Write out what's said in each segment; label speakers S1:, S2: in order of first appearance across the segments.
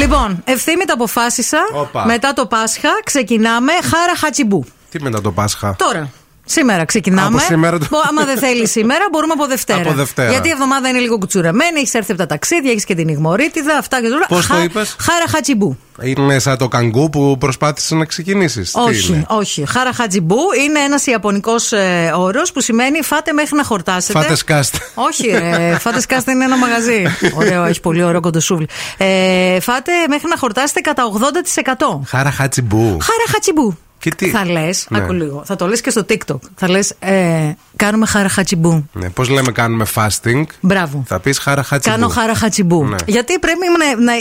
S1: Λοιπόν, ευθύμη τα αποφάσισα.
S2: Όπα.
S1: Μετά το Πάσχα ξεκινάμε χάρα χατσιμπού.
S2: Τι μετά το Πάσχα.
S1: Τώρα. Σήμερα ξεκινάμε.
S2: Από σήμερα το-
S1: Μπο- άμα δεν θέλει σήμερα, μπορούμε από Δευτέρα.
S2: Από Δευτέρα.
S1: Γιατί η εβδομάδα είναι λίγο κουτσουρεμένη, έχεις έρθει από τα ταξίδια, έχεις και την ηγμορίτιδα, αυτά και τώρα.
S2: Πώς το είπες?
S1: Χάρα χατσιμπού.
S2: Είναι σαν το καγκού που προσπάθησες να ξεκινήσεις.
S1: Όχι, όχι. Χάρα χατζιμπού είναι ένας ιαπωνικός ε, όρος που σημαίνει φάτε μέχρι να χορτάσετε.
S2: Φάτε σκάστε.
S1: Όχι, ρε. Φάτε σκάστε είναι ένα μαγαζί. Ωραίο, έχει πολύ ωραίο κοντοσούβλι. Ε, φάτε μέχρι να χορτάσετε κατά 80%.
S2: Χάρα χατσιμπού.
S1: Χάρα χατσιμπού.
S2: Και τι?
S1: Θα λες,
S2: Ναι.
S1: άκου λίγο. Θα το λες και στο TikTok. Θα λες, ε, κάνουμε χάρα χατσιμπού.
S2: Ναι, Πώς λέμε, κάνουμε fasting.
S1: Μπράβο.
S2: Θα πεις χάρα χατσιμπού.
S1: Κάνω χάρα χατσιμπού.
S2: Ναι.
S1: Γιατί πρέπει να, να,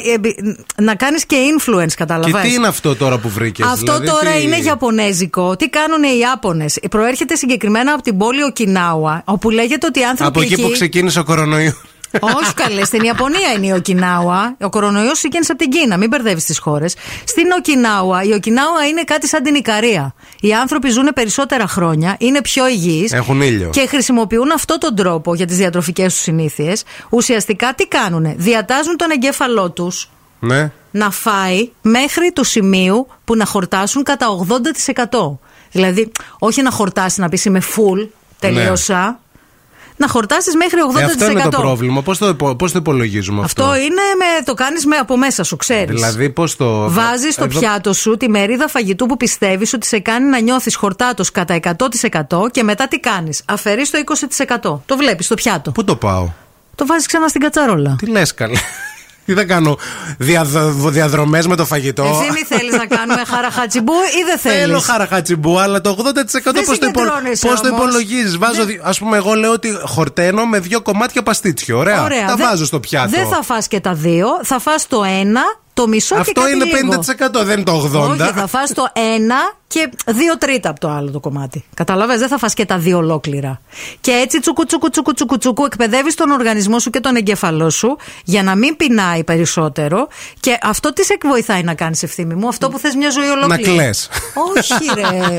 S1: να κάνεις και influence,
S2: Και
S1: καταλαβαίνεις
S2: τι είναι αυτό τώρα που Δηλαδή, βρήκες.
S1: Αυτό τώρα είναι Ιαπωνέζικο. Τι κάνουν οι Ιάπωνες. Προέρχεται συγκεκριμένα από την πόλη Οκινάουα, όπου λέγεται ότι οι άνθρωποι.
S2: Από εκεί που ξεκίνησε ο κορονοϊός.
S1: Όχι καλέ, στην Ιαπωνία είναι η Οκινάουα. Ο κορονοϊός σήκαινε από την Κίνα, μην μπερδεύεις τις χώρες. Στην Οκινάουα, η Οκινάουα είναι κάτι σαν την Ικαρία. Οι άνθρωποι ζουν περισσότερα χρόνια, είναι πιο υγιείς.
S2: Έχουν ήλιο.
S1: Και χρησιμοποιούν αυτόν τον τρόπο για τις διατροφικές τους συνήθειες. Ουσιαστικά τι κάνουν, διατάζουν τον εγκέφαλό τους
S2: ναι.
S1: να φάει μέχρι του σημείου που να χορτάσουν κατά 80%. Δηλαδή, όχι να χορτάσει να πεις είμαι full, τελείωσα. Να χορτάσεις μέχρι 80%.
S2: Ναι. Ε, αυτό είναι το πρόβλημα. Πώς το, υπο- πώς το υπολογίζουμε αυτό.
S1: Αυτό είναι με, το κάνεις με, από μέσα σου, ξέρεις.
S2: Δηλαδή, πώς το.
S1: Βάζεις στο
S2: Εδώ-
S1: πιάτο σου τη μερίδα φαγητού που πιστεύεις ότι σε κάνει να νιώθεις χορτάτος κατά 100% και μετά τι κάνεις. Αφαιρείς το 20%. Το βλέπεις στο πιάτο.
S2: Πού το πάω.
S1: Το βάζεις ξανά στην κατσαρόλα.
S2: Τι λες, καλέ. Τι δεν κάνω διαδρομές με το φαγητό.
S1: Ευθύμη, θέλεις να κάνουμε χαραχατσιμπού ή δεν θέλει.
S2: Θέλω χαραχατσιμπού, αλλά το 80%
S1: Δεν
S2: πώς το,
S1: συγκεντρώνεσαι
S2: πώς το
S1: όμως.
S2: υπολογίζει. Βάζω, ας πούμε, εγώ λέω ότι χορταίνω με δύο κομμάτια παστίτσιο. Ωραία. Τα
S1: δεν-
S2: βάζω στο πιάτο.
S1: Δεν θα φας και τα δύο, θα φας το ένα, το μισό και
S2: Αυτό
S1: κάτι
S2: είναι
S1: λίγο.
S2: 50%, δεν είναι το 80%.
S1: Όχι, θα φας το ένα και δύο τρίτα από το άλλο το κομμάτι. Καταλαβες, δεν θα φας και τα δύο ολόκληρα. Και έτσι τσουκου τσουκου τσουκου τσουκου τσουκου εκπαιδεύεις τον οργανισμό σου και τον εγκεφαλό σου για να μην πεινάει περισσότερο και αυτό τι σε βοηθάει να κάνεις ευθύμη μου, αυτό που θες μια ζωή ολόκληρη.
S2: κλαις.
S1: Όχι ρε.
S2: να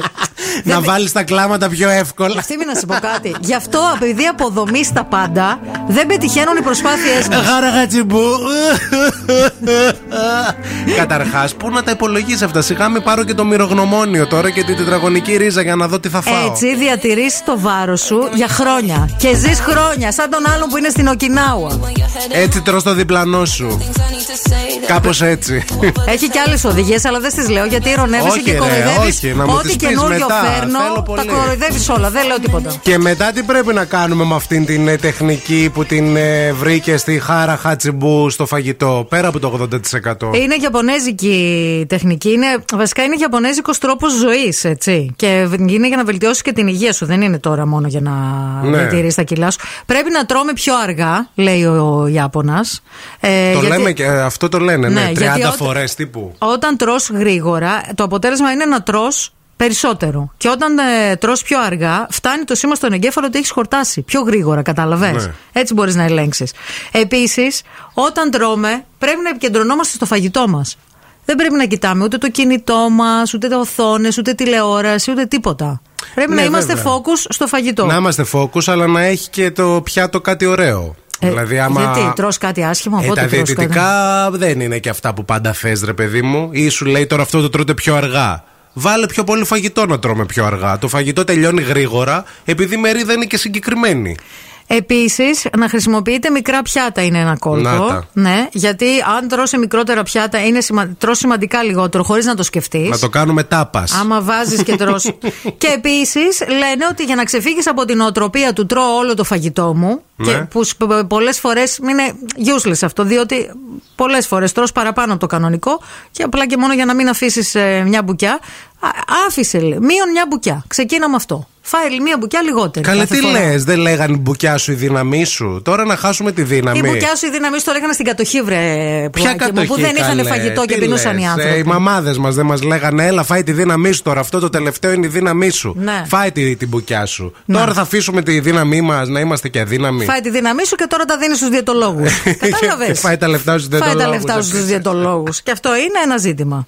S1: Δεν-
S2: βάλεις τα κλάματα πιο εύκολα.
S1: Ευθύμη να σου πω κάτι. Γι' αυτό επειδή αποδομείς τα πάντα δεν πετυχαίνουν οι προσπάθειές μας.
S2: Χαραχατσιμπού. Καταρχάς, πού να τα υπολογίσει αυτά. Σιγά με πάρω και το μυρογνωμόνιο τώρα και τη τετραγωνική ρίζα για να δω τι θα φάω.
S1: Έτσι διατηρείς το βάρος σου για χρόνια Και ζεις χρόνια σαν τον άλλον που είναι στην Οκινάουα
S2: Έτσι τρως το διπλανό σου. Κάπως έτσι.
S1: Έχει και άλλες οδηγίες αλλά δεν τις λέω γιατί ηρωνεύεσαι
S2: Όχι,
S1: και
S2: ρε,
S1: κοροϊδεύεις
S2: όχι, να μου
S1: Ό,τι
S2: τις πεις
S1: καινούριο
S2: μετά,
S1: φέρνω
S2: θέλω
S1: τα
S2: πολύ.
S1: κοροϊδεύεις όλα δεν λέω τίποτα
S2: Και μετά τι πρέπει να κάνουμε με αυτήν την ε, τεχνική που την ε, βρήκε στη χάρα χατσιμπού στο φαγητό, πέρα από το 80%.
S1: Είναι γιαπωνέζικη τεχνική. Είναι, βασικά είναι γιαπωνέζικος τρόπος ζωής, έτσι. Και είναι για να βελτιώσεις και την υγεία σου. Δεν είναι τώρα μόνο για να
S2: Ναι.
S1: διατηρεί τα κιλά σου. Πρέπει να τρώμε πιο αργά, λέει ο Ιάπωνας.
S2: το λέμε και ε, αυτό το λένε, ναι, 30
S1: γιατί ό-
S2: φορές τύπου.
S1: Όταν τρως γρήγορα, το αποτέλεσμα είναι να τρως περισσότερο. Και όταν ε, τρως πιο αργά, φτάνει το σήμα στον εγκέφαλο ότι έχεις χορτάσει. Πιο γρήγορα, καταλαβες.
S2: Ναι.
S1: Έτσι μπορείς να ελέγξεις. Επίσης, όταν τρώμε, πρέπει να επικεντρωνόμαστε στο φαγητό μας. Δεν πρέπει να κοιτάμε ούτε το κινητό μας, ούτε τα οθόνες, ούτε τηλεόραση, ούτε τίποτα. Πρέπει
S2: Ναι,
S1: να είμαστε
S2: βέβαια.
S1: focus στο φαγητό.
S2: Να είμαστε focus, αλλά να έχει και το πιάτο κάτι ωραίο.
S1: Ε,
S2: δηλαδή, άμα...
S1: Γιατί τρως κάτι άσχημο,
S2: Ε,
S1: από
S2: τα
S1: ό,τι τρως κάτι.
S2: διαιτητικά δεν είναι και αυτά που πάντα θες, ρε παιδί μου. Ή σου λέει τώρα αυτό το τρώτε πιο αργά. Βάλε πιο πολύ φαγητό να τρώμε πιο αργά. Το φαγητό τελειώνει γρήγορα, επειδή η μερίδα είναι και συγκεκριμένη.
S1: Επίσης, να χρησιμοποιείτε μικρά πιάτα είναι ένα
S2: Να
S1: κόλπο.
S2: τα.
S1: Ναι, γιατί αν τρώσει μικρότερα πιάτα, είναι σημα... τρως σημαντικά λιγότερο, χωρίς να το σκεφτείς.
S2: Να το κάνουμε τάπας.
S1: Άμα βάζεις και τρως και επίσης λένε ότι για να ξεφύγεις από την οτροπία του τρώω όλο το φαγητό μου.
S2: Ναι.
S1: Και που πολλές φορές είναι useless αυτό, διότι πολλές φορές τρως παραπάνω από το κανονικό και απλά και μόνο για να μην αφήσεις μια μπουκιά. Α, Άφησε, λέει, μείον μια μπουκιά. Ξεκίνα με αυτό. Φάει μια μπουκιά λιγότερη.
S2: Καλέ,
S1: κάθε
S2: τι
S1: φορά.
S2: λες, δεν λέγανε η μπουκιά σου η δύναμή σου. Τώρα να χάσουμε τη δύναμη.
S1: Η μπουκιά σου, η δύναμή σου το λέγανε στην κατοχή, βρε.
S2: Ποια
S1: πουλάκι μου,
S2: κατοχή,
S1: Που δεν είχαν
S2: καλέ,
S1: φαγητό και
S2: τι
S1: πεινούσαν
S2: λες,
S1: οι
S2: ε,
S1: άνθρωποι.
S2: οι μαμάδες μας δεν μας λέγανε, έλα, φάει τη δύναμή σου τώρα. Αυτό το τελευταίο είναι η δύναμή σου.
S1: Ναι.
S2: Φάει τη, την μπουκιά σου. Τώρα θα αφήσουμε τη δύναμή μας να είμαστε και αδύναμοι.
S1: Φάει τη δύναμή σου και τώρα τα δίνεις στους διαιτολόγους. Κατάλαβες.
S2: Φάει τα λεφτά στους
S1: Φάει τα
S2: διαιτολόγους,
S1: λεφτά στου
S2: επίσης.
S1: διαιτολόγους. και αυτό είναι ένα ζήτημα.